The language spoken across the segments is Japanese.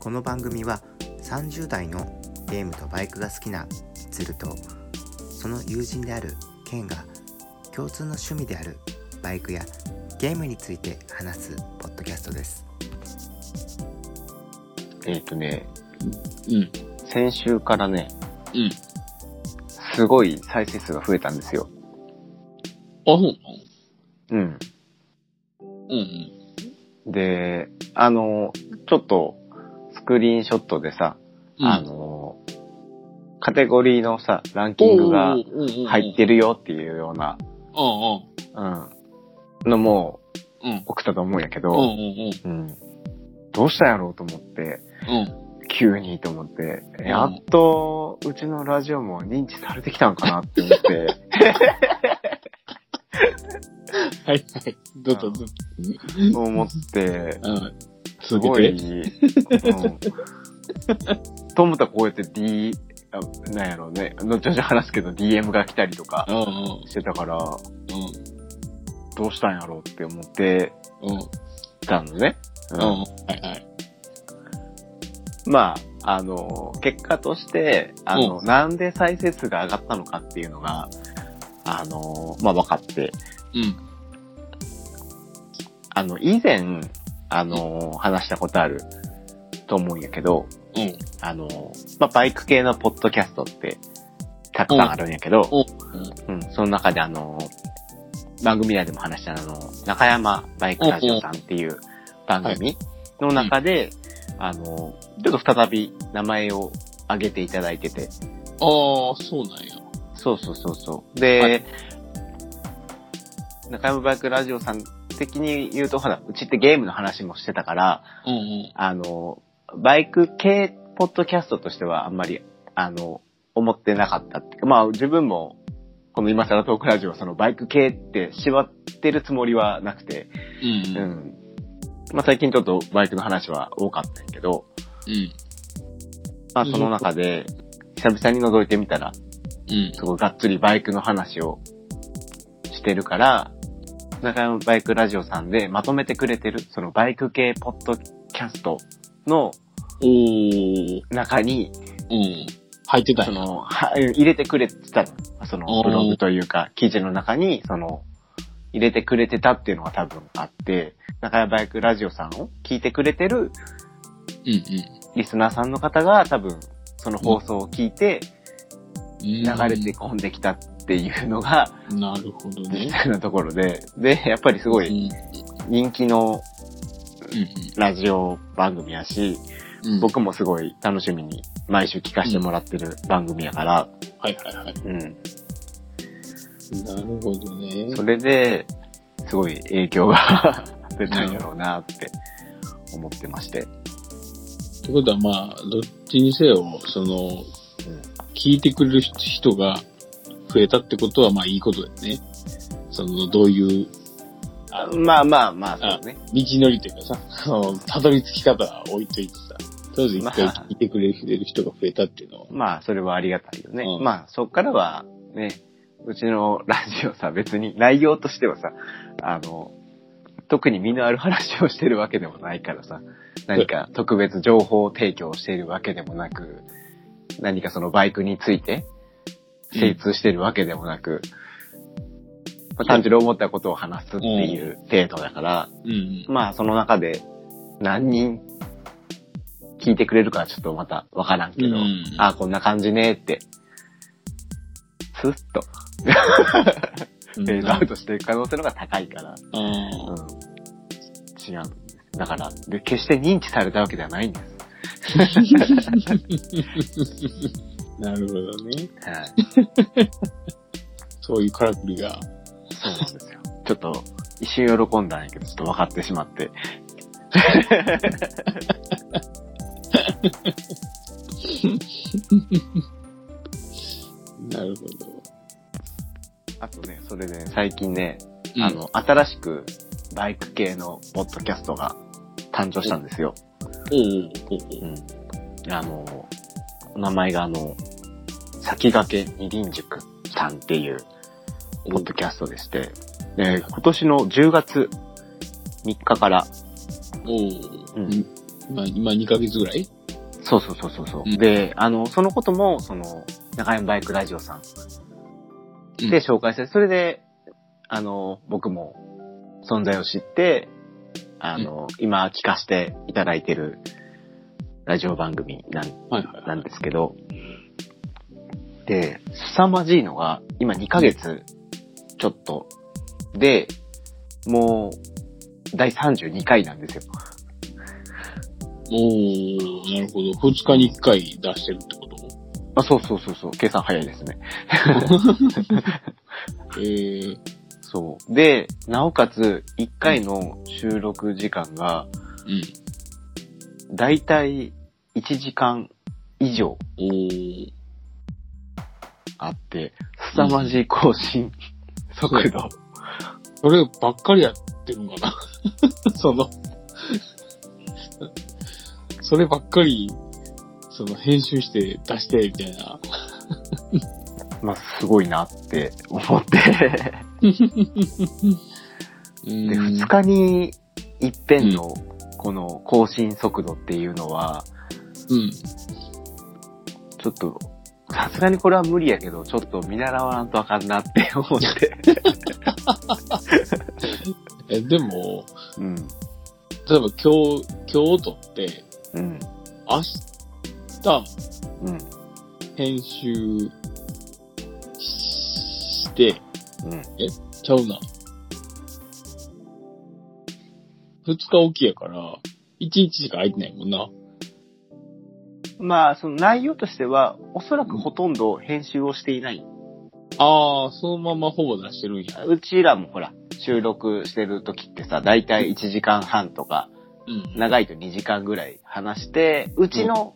この番組は30代のゲームとバイクが好きなツルとその友人であるケンが共通の趣味であるバイクやゲームについて話すポッドキャストですえっ、とねうん。先週からねうん。すごい再生数が増えたんですよあ、そうなのうんうんうん。であのちょっとスクリーンショットでさ、あのカテゴリーのさランキングが入ってる。るよっていうような、うんうん、のもうん。うん。送ったと思うんやけうんうど、んうん、どうしたんやろうと思って、うん。うん。急にと思って、やっとうちのラジオも認知されてきたんかなって思って、 はいはい。どうぞどうぞ。思って、うん。すご続い、うけて。ん、と思ったらこうやって D、あなんやろうね、後々話すけど DM が来たりとかうんうんしてたから、うどうしたんやろうって思ってん。うん。たのね。ううん。はいはい。まあ、あの、結果として、あの、うなんで再生数が上がったのかっていうのが、あの、まあ、分かって、うん。あの、以前、あの、話したことあると思うんやけど、うん。あの、まあ、バイク系のポッドキャストって、たくさんあるんやけど、うん、その中であの、番組内でも話したあの、中山バイクラジオさんっていう番組の中で、あの、ちょっと再び名前を挙げていただいてて、ああ、そうなんや。そうそうそうそう。で、は中山バイクラジオさん的に言うと、ほら、うちってゲームの話もしてたから、うんうん。あの、バイク系ポッドキャストとしてはあんまり、あの、思ってなかったっていうかまあ自分も、この今更トークラジオはそのバイク系って縛ってるつもりはなくて、うんううん。ん。まあ最近ちょっとバイクの話は多かったんやけど、うん。まあその中で、久々に覗いてみたら、うん。すごいがっつりバイクの話をしてるから、中山バイクラジオさんでまとめてくれてる、そのバイク系ポッドキャストのおー。中に、うん。入ってたそんや。の、は入れてくれてたの、そのおーブログというか、記事の中に、その、入れてくれてたっていうのが多分あって、中山バイクラジオさんを聞いてくれてるうんリスナーさんの方が多分、その放送を聞いてうん。流流れて込んできたっていうのが、なるほどね実。際のところで、で、やっぱりすごうんい人気のうラジオ番組やし、んうん。僕もすごい楽しみに毎週聞かせてもらってる番組やから、はいはいはい。うん。なるほどね。それで、すごい影響が 出たんやろうなって思ってまして。ってことはまあ、どっちにせよ、その、聞いてくれる人が増えたってことはまあいいことだよね。その、どういう、あの、道まあまあまあ、そうね。のりというかさ、 その、たどり着き方は置いといてさ、とりあえず一回まあ聞いてくれる人が増えたっていうのは。まあ、それはありがたいよね。うんまあ、そっからは、ね、うちのラジオさ、別に内容としてはさ、あの、特に身のある話をしてるわけでもないからさ、何か特別情報提供をしているわけでもなく、何かそのバイクについて精通してるわけでもなく、まあ単純に思ったことを話すっていう程度だから、うん。まあその中で何人聞いてくれるかはちょっとまたわからんけど、うんああ、こんな感じねって、スッとうんフェードアウトしていく可能性の方が高いから、あーうん違うんです。だからで、決して認知されたわけではないんです。なるほどね。はい。そういうからくりが。そうなんですよ。 ちょっと、一瞬喜んだんやけど、ちょっと分かってしまって。なるほど。あとね、それで、最近ね、うんあ、の、新しくバイク系のポッドキャストが誕生したんですよ。おうおうおううん。あの、お名前があの、先駆け二輪塾さんっていう、ポッドキャストでして、えー今年の10月3日から、おううんにまあ、今2ヶ月ぐらいそうそうそうそうそう、うんで、あの、そのことも、その、中山バイクラジオさんうんで紹介して、それで、あの、僕も存在を知って、あの、今聞かせていただいてるラジオ番組なんはいはいはい。なんですけど、で、凄まじいのが、今2ヶ月ちょっとで、もう、第32回なんですよ。おー、なるほど。二日に一回出してるってことあ、そうそうそうそう、計算早いですね。えー、そう。で、なおかつ、1回の収録時間が、うん。だいたい1時間以上おー、あって、凄まじい更新速度。そればっかりやってるのかな その、 そればっかり、その編集して出して、みたいな。まあ、すごいなって思って。うんで、2日に一遍のこの更新速度っていうのは、うん。ちょっと、さすがにこれは無理やけど、ちょっと見習わんとあかんなって 思って。え、でも、うん。例えば今日、今日撮って、うん。明日うん。編集して、うん。ちゃうな。二日起きやから、一日しか空いてないもんな。まあ、その内容としては、おそらくほとんど編集をしていない。ああ、そのままほぼ出してるんや。うちらもほら、収録してる時ってさ、だいたい1時間半とか、うん。長いと2時間ぐらい話して、うちの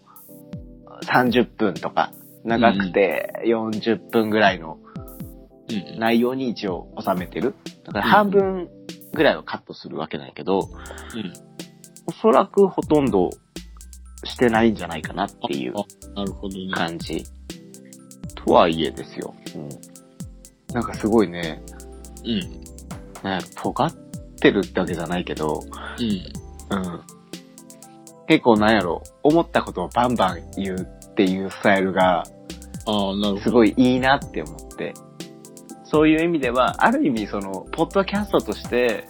30分とか、長くて40分ぐらいのうん。内容に一応収めてる。だからうん半分ぐらいはカットするわけなんやけど、うんおそらくほとんどしてないんじゃないかなっていうなるほどね。感じ。とはいえですよ。うんなんかすごいね、うん。ね尖ってるってわけじゃないけど、うん。うん結構なんやろ、思ったことをバンバン言うっていうスタイルが、ああ、なるほすごいいいなって思って。そういう意味では、ある意味その、ポッドキャストとして、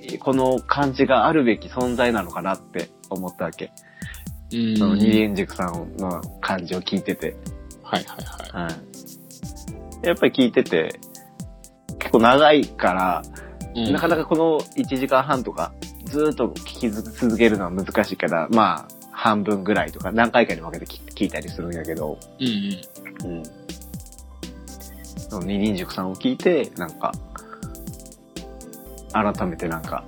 ど。うん。この感じがあるべき存在なのかなって思ったわけ。うん。その二はい円塾さんの感じを聞いてて。はいはい。はい。やっぱり聞いてて、結構長いから、なかなかこの1時間半とか、ずーっと聞き続けるのは難しいから、まあ、半分ぐらいとか、何回かに分けて聞聞いたりするんやけど、うんうん。うん。その二輪塾さんを聞いて、なんか、改めてなんか、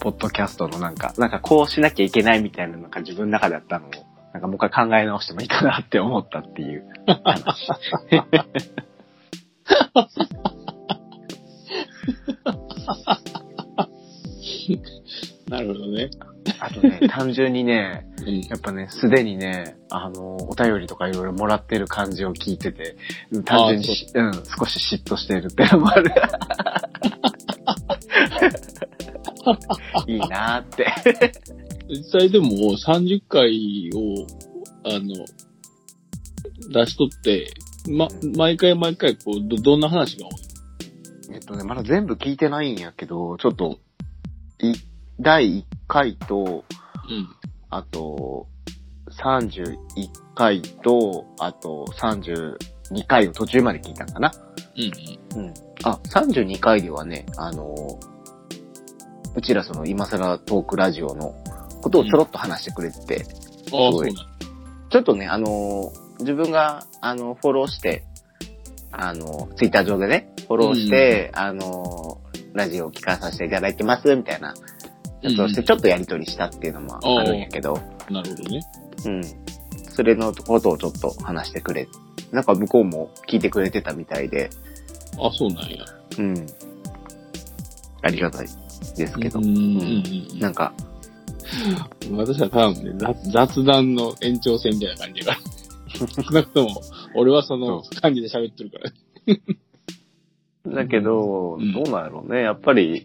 ポッドキャストのなんか、なんかこうしなきゃいけないみたいななんか自分の中であったのを、なんかもう一回考え直してもいいかなって思ったっていう話。なるほどね。あとね、 単純にね、うん。やっぱね、すでにね、あの、お便りとかいろいろもらってる感じを聞いてて、単純にし、うん、少し嫉妬してるってのもあ る。いいなーって。実際でも30回を、あの、出しとって、ま、毎回毎回、こう、ど、どんな話が多いえっとね、まだ全部聞いてないんやけど、ちょっと、い、第1回と、うん。あと、31回と、あと32回を途中まで聞いたんかな。うんうん。あ、32回ではね、あのーうちらその今更トークラジオのことをちょろっと話してくれてて、うん。ああ、すそごういなんだ。ちょっとね、あのー自分が、あの、フォローして、あの、ツイッター上でね、フォローして、あのーラジオを聞かさせていただいてます、みたいな、やつをして、うんちょっとやりとりしたっていうのもあるんやけど、なるほどね。うん。それのことをちょっと話してくれ。なんか向こうも聞いてくれてたみたいで、あ、そうなんや。うん。ありがたいですけど。うんうんうんなんか、私は多分ね、雑雑談の延長線みたいな感じが。 少なくとも、俺はその感じで喋ってるから。だけど、うんどうなんやろうね。やっぱり、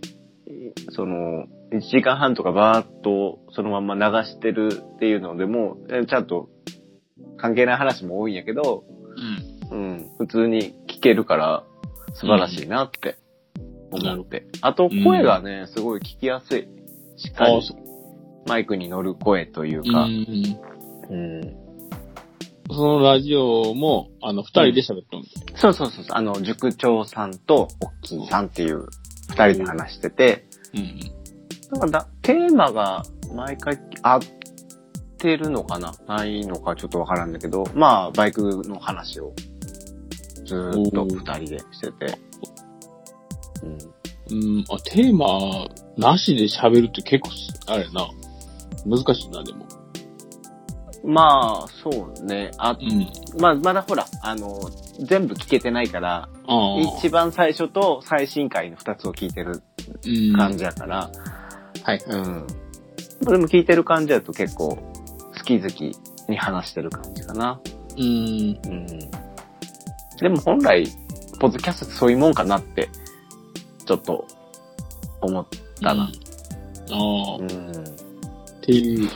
その、 1時間半とかバーっとそのまんま流してるっていうのでも、えちゃんと関係ない話も多いんやけど、うん。うん、普通に聞けるから素晴らしいなって思って。あと声がね、すごい聞きやすい。しっかりあそマイクに乗る声といううか、ん。うんそのラジオも、あの、二人で喋ったんだよ。そうそうそうそう、あの、塾長さんとおっきいさんっていう二人で話してて、うん。なんかだ、テーマが毎回合ってるのかなないのかちょっとわからんだけど、まあ、バイクの話をずーっと二人でしてて。うん。うん、あ、テーマなしで喋るって結構、あれやな、難しいな、でも。まあ、そうね。あう、ん。まあ、まだほら、あの、全部聞けてないから、ああ。一番最初と最新回の二つを聞いてるうん感じやから、はい。うん。でも聞いてる感じだと結構、好き好きに話してる感じかな。うん。うんでも本来、ポッドキャストってそういうもんかなって、ちょっと、思ったな。あうあ、ん。っていう、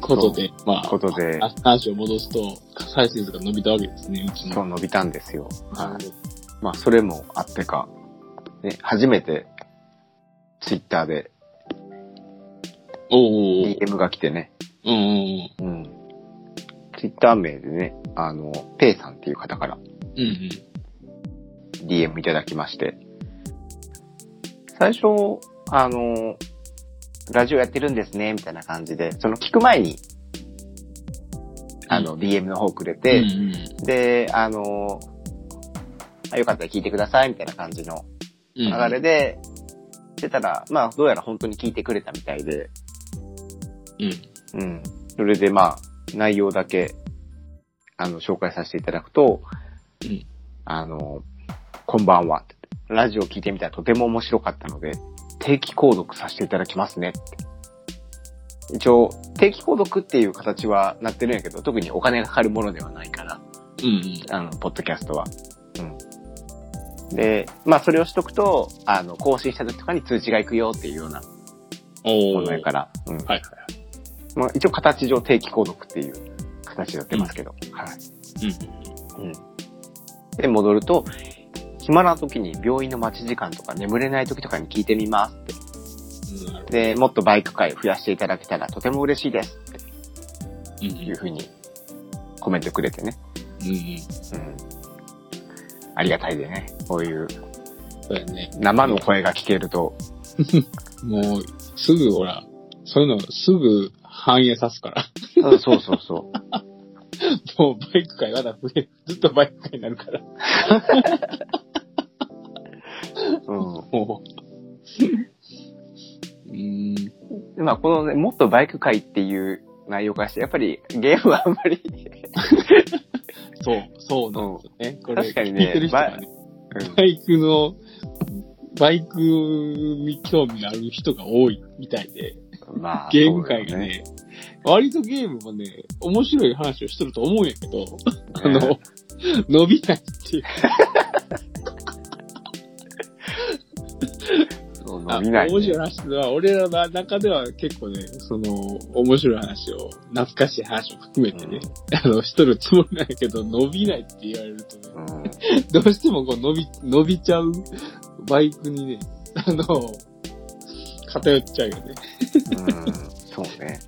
ことで、まあ、ことで、あ話を戻すと、再生数が伸びたわけですね、うちその。う伸びたんですよ。はまあ、それもあってか、ね、初めて、ツイッターでい。おーおー DM が来てね、おーうんうんうん。ツイッター名でね、あの、ペイさんっていう方からうん。うん DM いただきまして、最初、あの、ラジオやってるんですね、みたいな感じで、その聞く前に、あの、DM の方くれうん。て、うんで、あの、あよかったら聞いてください、みたいな感じのうん、流れで、してたら、まあ、どうやら本当に聞いてくれたみたいで、うん。うん。それでまあ、内容だけ、あの、紹介させていただくと、うんあの、こんばんはって。ラジオ聞いてみたらとても面白かったので、定期購読させていただきますねって。一応、定期購読っていう形はなってるんやけど、特にお金がかかるものではないから、うんあの、ポッドキャストは。うん。で、まあ、それをしとくと、あの、更新した時とかに通知が行くよっていうようなうん。もおーのやから、うん。はいはいまあ、一応形上定期購読っていう形になってますけど。はい。はい。うん。で、戻ると、暇な時に病院の待ち時間とか眠れない時とかに聞いてみますって。うん。なるほど。で、もっとバイク会増やしていただけたらとても嬉しいですっうんていうふうにコメントくれてね。うん。うん。うん。ありがたいでね。こういうそうやね。生の声が聞けると、もう、すぐほら、そういうのすぐ反映さすから。 そうそうそうそう。もうバイク会まだ増え、ずっとバイク会になるから。う もう。うーん。ん。でまあ、このね、もっとバイク会っていう内容化して、やっぱりゲームはあんまり、そう、そうなんですよね。これ、確かにね聞いてる人がね、うんバイクの、バイクに興味がある人が多いみたいで、まあ、 ゲーム界そがうだねよ割とゲームもね、面白い話をしとると思うんやけど、あねの、伸びないっていう。そうあ伸びない、ね。面白い話は、俺らの中では結構ね、その、面白い話を、懐かしい話を含めてね、あの、しとるつもりなんやけど、伸びないって言われるとね、うん。うんどうしてもこう伸び、伸びちゃうバイクにね、あの、偏っちゃうよね。うんそう ね。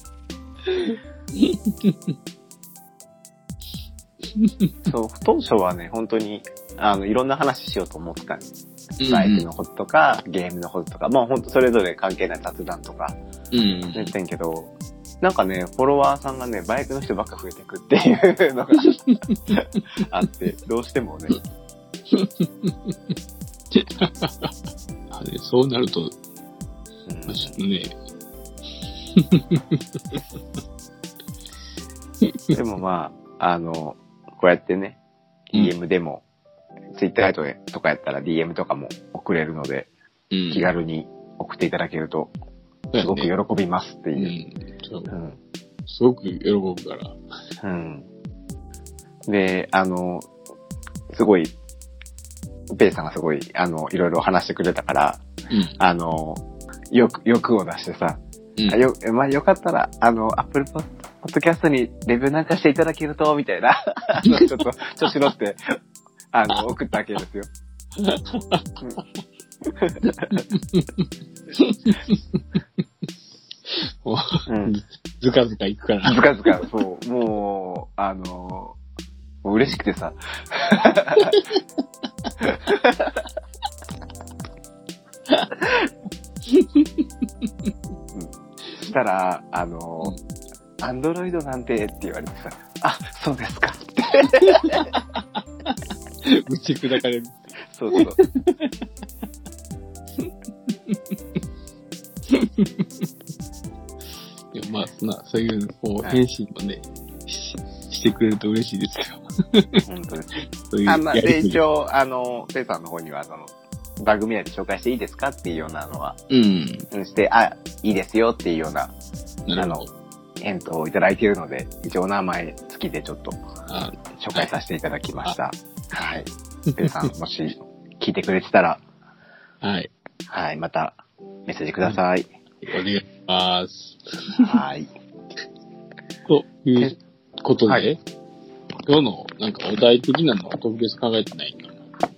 そう、当初はね、本当に、あの、いろんな話しようと思ってたんです。バイクのこととか、ゲームのこととか、まあ本当それぞれ関係ない雑談とか、うん。言ってんけど、なんかね、フォロワーさんがね、バイクの人ばっか増えてくってい うのがあって、どうしてもね、あれそうなると、うんちょっとね、でもまあ、あの、こうやってね、うん DM でも、Twitter とかやったら DM とかも送れるので、うん気軽に送っていただけると、すごく喜びますってういう。ん。そううん。すごく喜ぶから。うん。で、あの、すごい、ペイさんがすごい、あの、いろいろ話してくれたから、うん。あの、欲、欲を出してさ、うんあよ、まあよかったら、あの、Apple Pod- Podcast にレビューなんかしていただけると、みたいな、あのちょっと、調子乗って、あの、送ったわけ ですよ。も うん。うずかずか行くから。ずかずか、そう、もう、あの、もう嬉しくてさ。うんそしたら、あの、アンドロイドなんてって言われてさ、あ、そうですかって。打ち砕かれる。そうそう。いやまあ、そんな、そういう、こう、はい返信もね、ししてくれると嬉しいですよ。本当です。そういう。あまあ、やりとで、り一応、あの、ペイさんの方には、その、番組内で紹介していいですかっていうようなのは、うん。うんして、あ、いいですよっていうようななるほど。返答をいただいているので、一応お名前付きでちょっとあ紹介させていただきました。はい。ペイさ ん、もし聞いてくれてたら、はい。はい、またメッセージください。お願いします。はい。ということで、はい今日のなんかお題的なのは特別考えてないかな。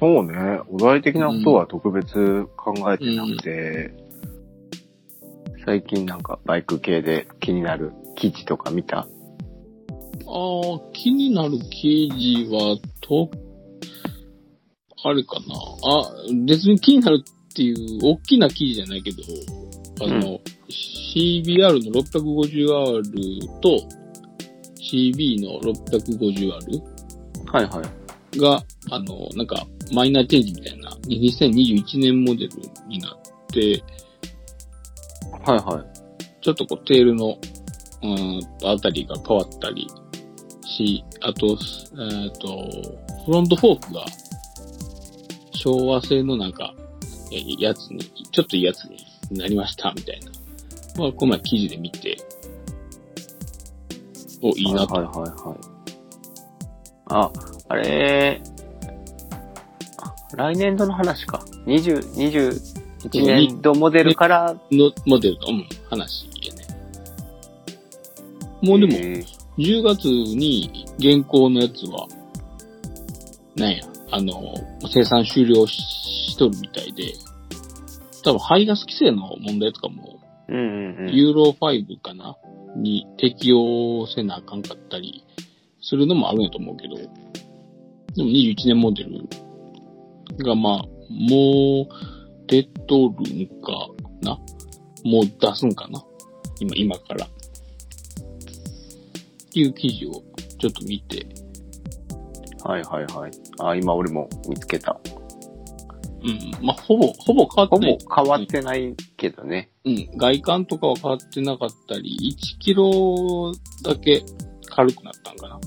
そうね、お題的なことは特別考えてなくて、最近なんかバイク系で気になる記事とか見たああ、気になる記事は、と、あれかな。あ、別に気になるっていう、大きな記事じゃないけど、あの、CBR の 650R と CB の 650R はいはい。が、あの、なんか、マイナーチェンジみたいな、2021年モデルになって、はいはい。ちょっとこう、テールの、うーん、あたりが変わったりし、あと、すえっ、と、フロントフォークが、昭和製のなんか、えやつに、ちょっといいやつになりました、みたいな。まあ、この前記事で見て、お、いいなと。はいはいはいはい。あ、あれ、来年度の話か。20、21年度モデルから、の、モデルの、うん、話やね。もうでも、えー10月に現行のやつは、なんや、あの、生産終了ししとるみたいで、多分排ガス規制の問題とかも、うんうんうん。ユーロ5かなに適用せなあかんかったりするのもあるんやと思うけど、でも21年モデルが、まあ、もう出とるんかなもう出すんかな今、今から。っていう記事をちょっと見て、はいはいはい。あ、今俺も見つけた。うん、まあ、ほぼ、ほぼ変わってほないぼ変わってないけどね。うん、外観とかは変わってなかったり、1キロだけ軽くなったんかな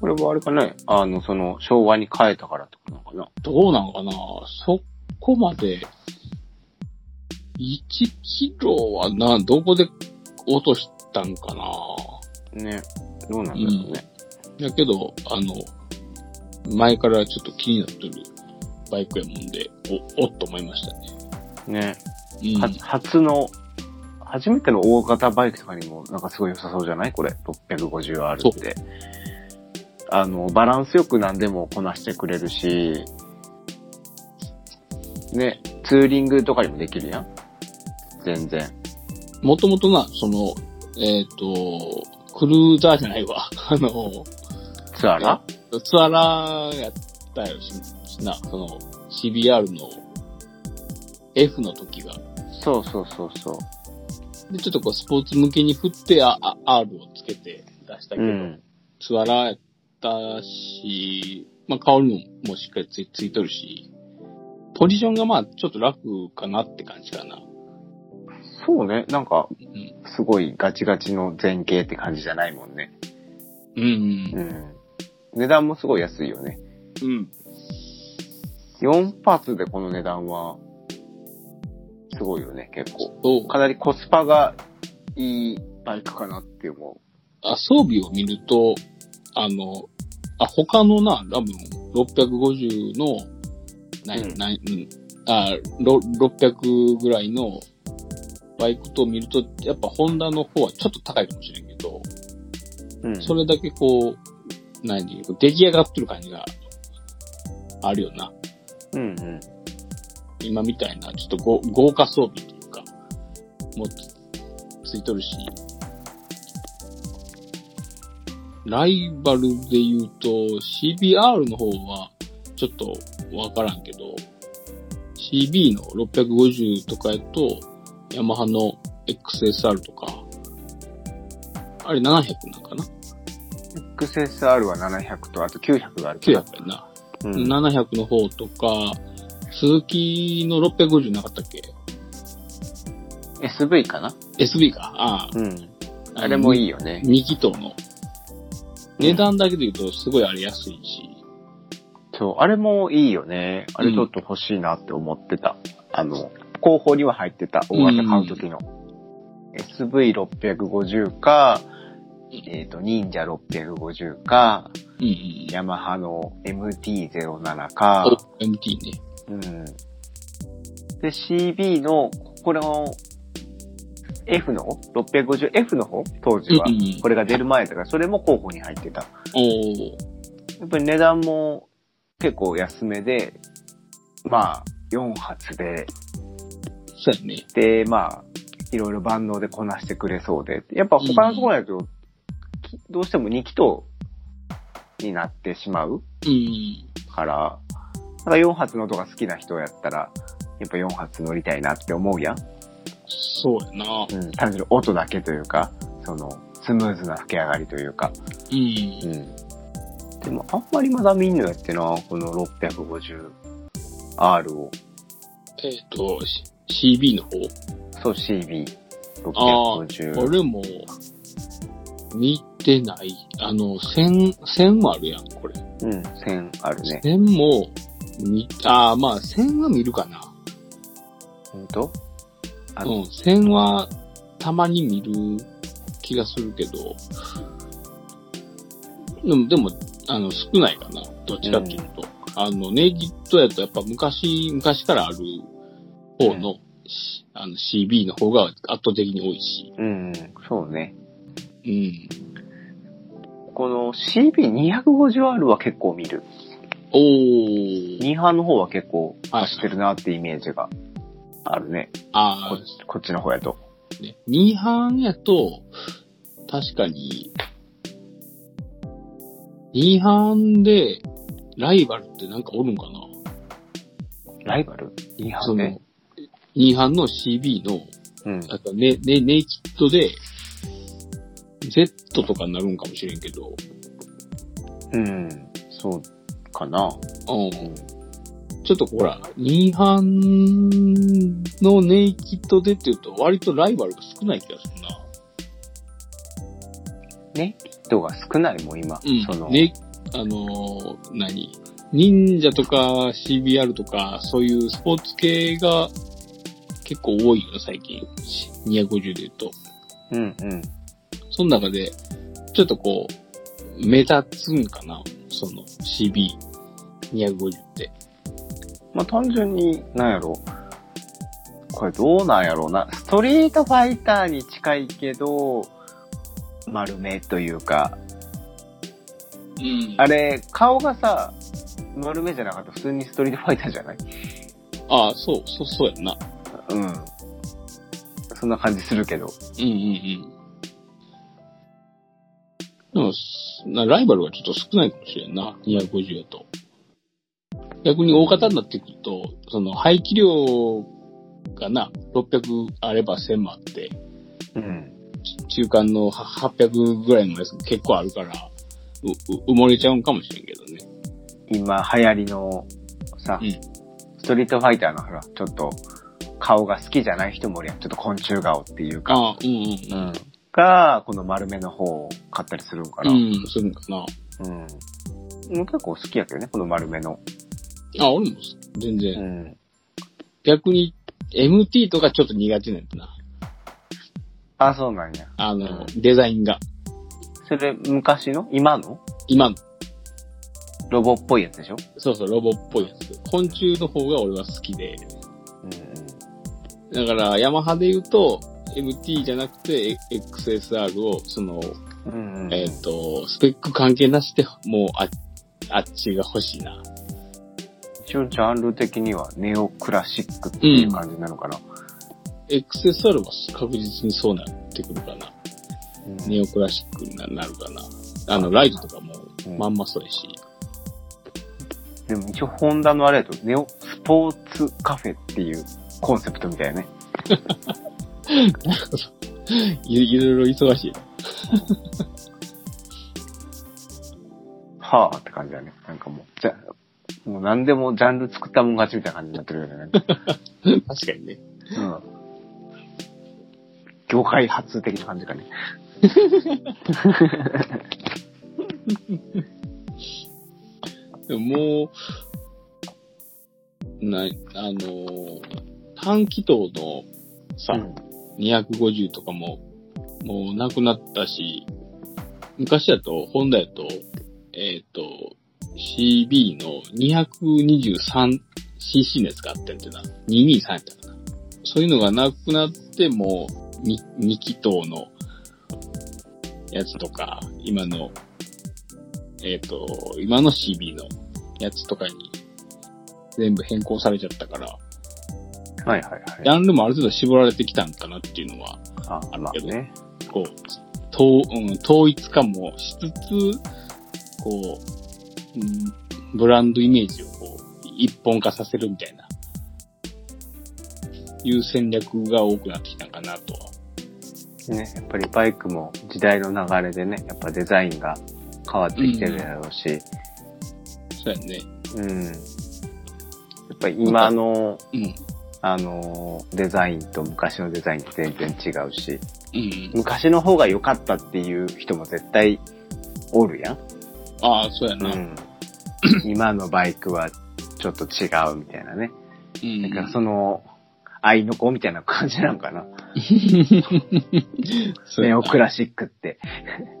これはあれかね、あの、その、昭和に変えたからとかなのかな。どうなのかなそこまで、1キロはな、どこで落としたんかなね。どうなんだろうね。だけど、あの、前からちょっと気になってるバイクやもんで、お、おっと思いましたね。ね。うん。は初の、初めての大型バイクとかにもなんかすごい良さそうじゃないこれ、650R って。あの、バランスよく何でもこなしてくれるし、ね、ツーリングとかにもできるやん全然。もともとな、その、えっ、と、クルーザーじゃないわ。 あの、ツアラツアラーやったよし、な、その、CBR の F の時が。そうそうそうそで、ちょっとこう、スポーツ向けに振って、あ、あ R をつけて出したけう。ど、うん。ツアラーやったし、まあ、顔にももしっかりついついとるし、ポジションがまあ、ちょっと楽かなって感じかな。そうね、なんかん、すごいガチガチの前傾って感じじゃないもんね。うんう。ん。値段もすごい安いよね。うん。 4発でこの値段は、すごいよね、結構。そうかなりコスパがいいバイクかなって思あ装備を見ると、あの、あ、他のな、多分、650の、な、うんな、うん、あろ600ぐらいのバイクと見ると、やっぱホンダの方はちょっと高いかもしれんけど、うん。それだけこう、何出来上がってる感じがあるよな。うんうん。今みたいな、ちょっとご豪華装備というか、もついとるし、ライバルで言うと CBR の方はちょっとわからんけど、CB の650とかやと、ヤマハの XSR とか、あれ700なんかな XSR は700と、あと900があるけ ?900 どやんな。うん。 700の方とか、鈴木の650なかったっけ SV かな ?SB か。ああ。うん。あれもいい。いよね。 2気筒の。値段だけで言うと、すごいあれ安いし。そう、あれもいいよね。あれちょっと欲しいなって思ってた。あの、候補には入ってた。大型買う時の。SV650 か、えっ、と、忍者650か、うんうん。ヤマハの MT-07 か、お MT ね。うん。で、CB の、これの、F の ?650F の方当時はうんうん。これが出る前だから、それも候補に入ってた。おーやっぱり値段も結構安めで、まあ、4発で、そうやね。で、まあ、いろいろ万能でこなしてくれそうで、やっぱ他のところだと、きどうしても2気筒になってしまううん。から、なんか4発の音が好きな人やったら、やっぱ4発乗りたいなって思うやん。そうやな。うん、単純に音だけというか、その、スムーズな吹き上がりというか。うん。うん。でも、あんまりまだ見んのやってな、この 650R を。えっ、と、C- CB の方。そう、CB。あ650。俺も、見てない。あの、1000、1000もあるやん、これ。うん、1000あるね。 1000も、見、ああ、まあ、1000は見るかな。ほんとあうん、線はたまに見る気がするけど、でも、でもあの、少ないかな。どっちかっていうと。あの、ネイキッドやとやっぱ昔、昔からある方の、あの CB の方が圧倒的に多いし。うん、そうね。うん。この CB250R は結構見る。おー。 2波の方は結構はい走ってるなってイメージがあるね。あこっちこっちの方やと。あ、ね。2班やと、確かに、2班で、ライバルってなんかおるんかなライバル ?2 その波ね。、 2班の CB の、うん。あとね、ね、ネイキッドで、Z とかになるんかもしれんけど、うん。そうかな。うん。ちょっとほら、2班のネイキッドでっていうと、割とライバルが少ない気がするな。ね、人が少ないもん、今。その、ね、あのー何忍者とか CBR とか、そういうスポーツ系が結構多いよな、最近。250で言うと。うんうん。その中で、ちょっとこう、目立つんかなその CB250 って。まあ、単純に、なんやろ。これどうなんやろうな。ストリートファイターに近いけど、丸めというか、うんあれ、顔がさ、丸めじゃなかった。普通にストリートファイターじゃないああ、そう、そう、そうやんな。うん。そんな感じするけど。うんうんうん。でも、すなライバルがちょっと少ないかもしれんな。250だと。逆に大型になってくると、その排気量がな、600あれば1000もあって、うん。中間のは800ぐらいのやつも結構あるから、うう埋もれちゃうんかもしれんけどね。今、流行りの、さ、うんストリートファイターのほら、ちょっと、顔が好きじゃない人もおるやん。ちょっと昆虫顔っていうか。ああ、うんうんうん。が、この丸めの方を買ったりするんかな。うん、するんかな。うん。うん、結構好きやけどね、この丸めの。あ、俺も全然。ん。逆に、MT とかちょっと苦手なんだな。あ、そうなんや。あの、うデザインが。それ、昔の今の今の。ロボっぽいやつでしょそうそう、ロボっぽいやつ。昆虫の方が俺は好きで。うんだから、ヤマハで言うと、MT じゃなくて XSR を、その、うん。うんうんえっ、と、スペック関係なしで、もうあ、あっちが欲しいな。一応ジャンル的にはネオクラシックっていう感じなのかな。 XSR は確実にそうなってくるかな。うんネオクラシックにななるかな。あの、ライトとかもうん、まんまそうやし。でも一応ホンダのあれやと、ネオスポーツカフェっていうコンセプトみたいなね。 いいろいろ忙しい。はぁって感じだね。なんかもう、じゃ、もう何でもジャンル作ったもん勝ちみたいな感じになってるよね。なんか確かにね。うん。業界初的な感じかね。でももう、ない、あのー単気筒のさ、うん250とかも、もうなくなったし、昔だと、ホンダやと、えっ、と、CB の 223cc のやつがあったんやってな。223やったかな。そういうのがなくなって、もう、2, 2気筒のやつとか、今の、えっ、と、今の CB のやつとかに全部変更されちゃったから、はいはいジはい。ャンルもある程度絞られてきたんかなっていうのはあ、まあね。こう、統,、うん、統一化もしつつ、こう、うんブランドイメージをこう、一本化させるみたいな、いう戦略が多くなってきたんかなとは。ね、やっぱりバイクも時代の流れでね、やっぱデザインが変わってきてるだろうし、そうやね。うん。やっぱり今の、うん。あの、デザインと昔のデザインって全然違うし、うん。昔の方が良かったっていう人も絶対おるやん。ああ、そうやな。うん。ん。今のバイクはちょっと違うみたいなね。だからその、愛の子みたいな感じなんかな。 そうネやオなクラシックって。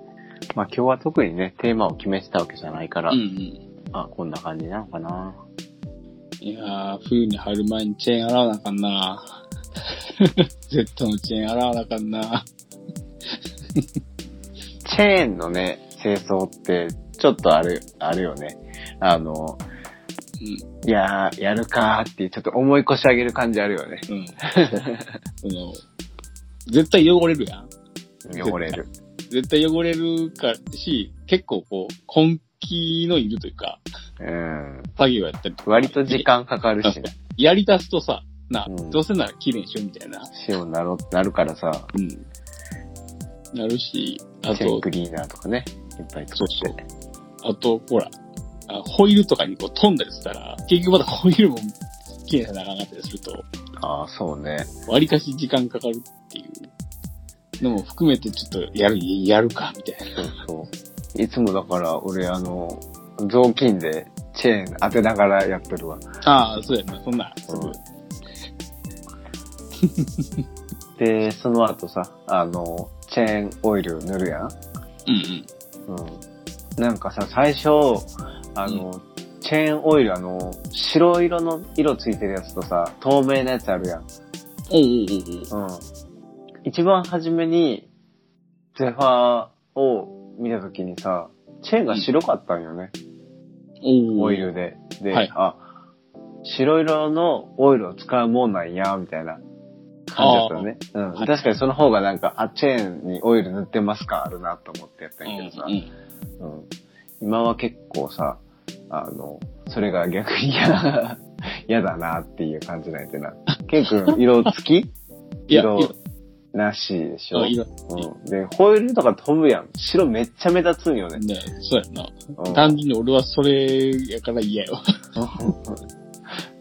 まあ今日は特にね、テーマを決めてたわけじゃないから、うんうん。あ、こんな感じなのかな。いやー、冬に貼る前にチェーン洗わなあかんな。Z のチェーン洗わなあかんな。チェーンのね、清掃って、ちょっとある、あるよね。あの、うん。いやー、やるかーって、ちょっと思い越し上げる感じあるよね。うん。その、絶対汚れるやん。汚れる。絶対汚れるかし、結構こう、根気のいるというか、うん。作業やったりとか。割と時。間かかるし、やり出すとさ、な、うんどうせなら綺麗にしようみたいな。塩 なろ、なるからさ、うん。なるし、あチェーンとク、リーナーとかね、いっぱい使って。あと、ほら、あホイールとかにこう飛んだりしたら、結局またホイールも綺麗にならなかったりすると、ああ、そうね。割かし時間かかるっていうのも含めてちょっとやる、やるか、みたいな。そうそう。いつもだから、俺、あの、雑巾でチェーン当てながらやってるわ。ああ、そうやな、そんな、すうぐん。 で、その後さ、あの、チェーンオイル塗るやん。うんうん。なんかさ、最初、あの、チェーンオイル、あの、白色の色ついてるやつとさ、透明なやつあるやん。うん。おうおうおううん。一番初めに、ゼファーを見たときにさ、チェーンが白かったんよね。おうオイルで。で、はいあ、白色のオイルを使うもんなんや、みたいな感じだったのね。うん。はい確かにその方がなんか、あ、チェーンにオイル塗ってますかあるなと思ってやったんやけどさ。うんうん、今は結構さ、あの、それが逆に嫌、 嫌だなっていう感じなんやてな。ケン君、色付きいや、色なしでしょ色、。色、うん、で、ホイールとか飛ぶやん。白めっちゃ目立つんよね。ね、そうやな。うん単純に俺はそれやから嫌よ。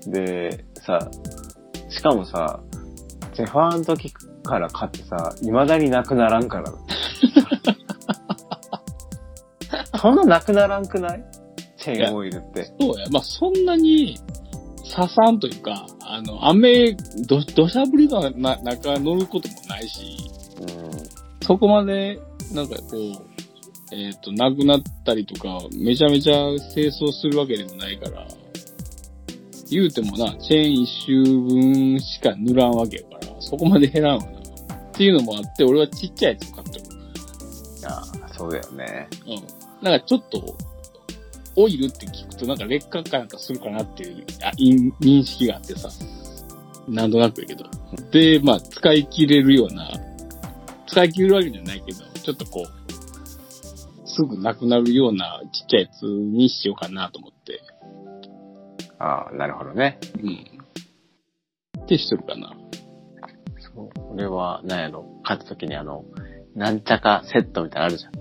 で、さ、しかもさ、ゼファーの時から買ってさ、未だになくならん からな。そんななくならんくないチェーンオイルって。 そうや、まあそんなに、ささんというか、あの、雨、ど、土砂降りのな中乗ることもないし、うんそこまで、なんかこう、えっ、と、亡くなったりとか、めちゃめちゃ清掃するわけでもないから、言うてもな、チェーン一周分しか塗らんわけやから、そこまで減らんわな。っていうのもあって、俺はちっちゃいやつを買ってる。ああ、そうだよね。うん。なんかちょっと、オイルって聞くとなんか劣化かなんかするかなっていう、あ、い認識があってさ。なんとなくやけど。で、まあ、使い切れるような、使い切るわけじゃないけど、ちょっとこう、すぐなくなるようなちっちゃいやつにしようかなと思って。ああ、なるほどね。うん。ってしとるかな。そう。俺は、なんやろ、買った時にあの、なんちゃかセットみたいなのあるじゃん。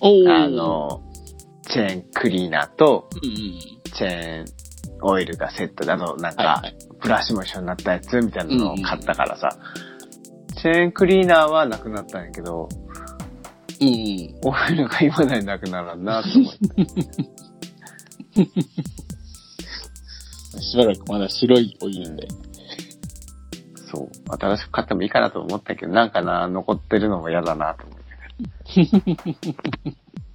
おーあ、の、チェーンクリーナーと、うんうん。チェーンオイルがセットだと、なんか、はいはい。ブラシも一緒になったやつみたいなのを買ったからさ、チェーンクリーナーはなくなったんやけど、うんうん。オイルが今だになくならんなと 思って。しばらくまだ白いオイルで。そう。新しく買ってもいいかなと思ったけど、なんかな、残ってるのも嫌だなと思って。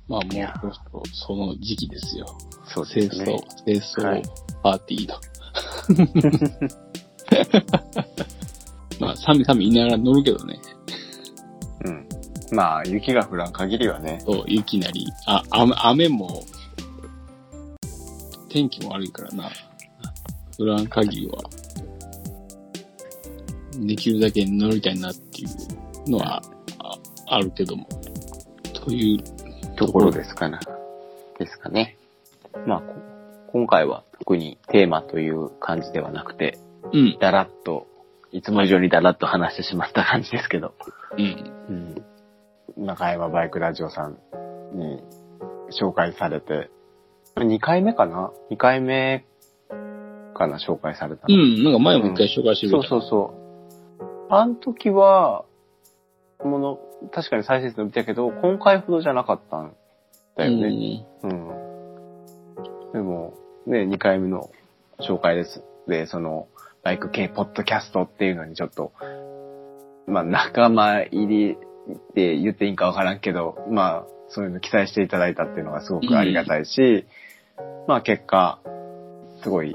まあもういやそろそろその時期ですよ。そう清です掃ね。、清は掃いパーティーだ。 まあ、寒い寒い言いながら乗るけどね。うん。まあ、雪が降らん限りはね。そう、雪なり。あ、雨、雨も、天気も悪いからな。降らん限りは、できるだけ乗りたいなっていうのは、ああるけども。という、ところですかな。ですかね。まあ、こ今回は特にテーマという感じではなくて、うん、だらっと、いつも以上にだらっと話してしまった感じですけど。うん、うん。中山バイクラジオさんに紹介されて、2回目かな ?2 回目かな紹介されたうの。ん、なんか前も一回紹介してくそれうた。そうそう。あの時は、もの、確かに再生数伸びたけど、今回ほどじゃなかったんだよね。ね。うん。でも、ね、2回目の紹介です。で、その、バイク系ポッドキャストっていうのにちょっと、まあ、仲間入りって言っていいんかわからんけど、まあ、そういうの記載していただいたっていうのがすごくありがたいし、まあ、結果、すごい、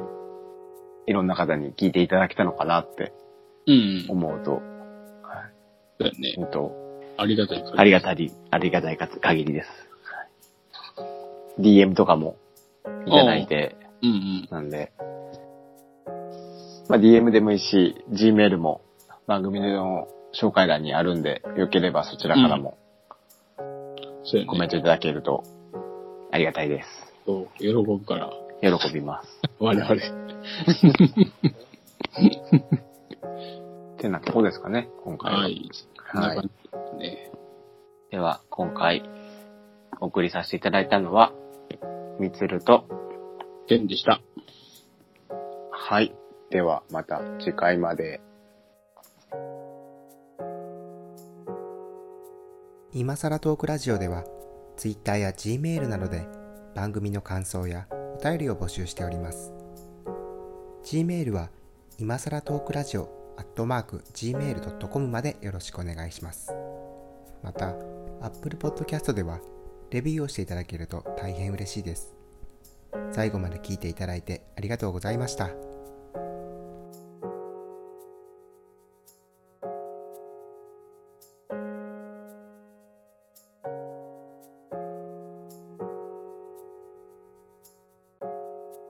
いろんな方に聞いていただけたのかなってうん、そう思うと、だよね。本当、ありがたいから。ありがたり、ありがたいかつ限りです。はい DM とかもいただいて、うんうん。なんで、まあ、DM でもいいし、Gmail も番組の紹介欄にあるんで、よければそちらからもそうやコメンね。トいただけるとありがたいです。そう喜ぶから、喜びます。我々。ってなとこですかね、今回は。はい。はいなんかね。では、今回、お送りさせていただいたのは、みつると、ケンでした。はい。では、また次回まで。今さらトークラジオでは Twitter や Gmail などで番組の感想やお便りを募集しております Gmail は今さらトークラジオ gmail.com までよろしくお願いしますまた Apple Podcast ではレビューをしていただけると大変嬉しいです最後まで聞いていただいてありがとうございました。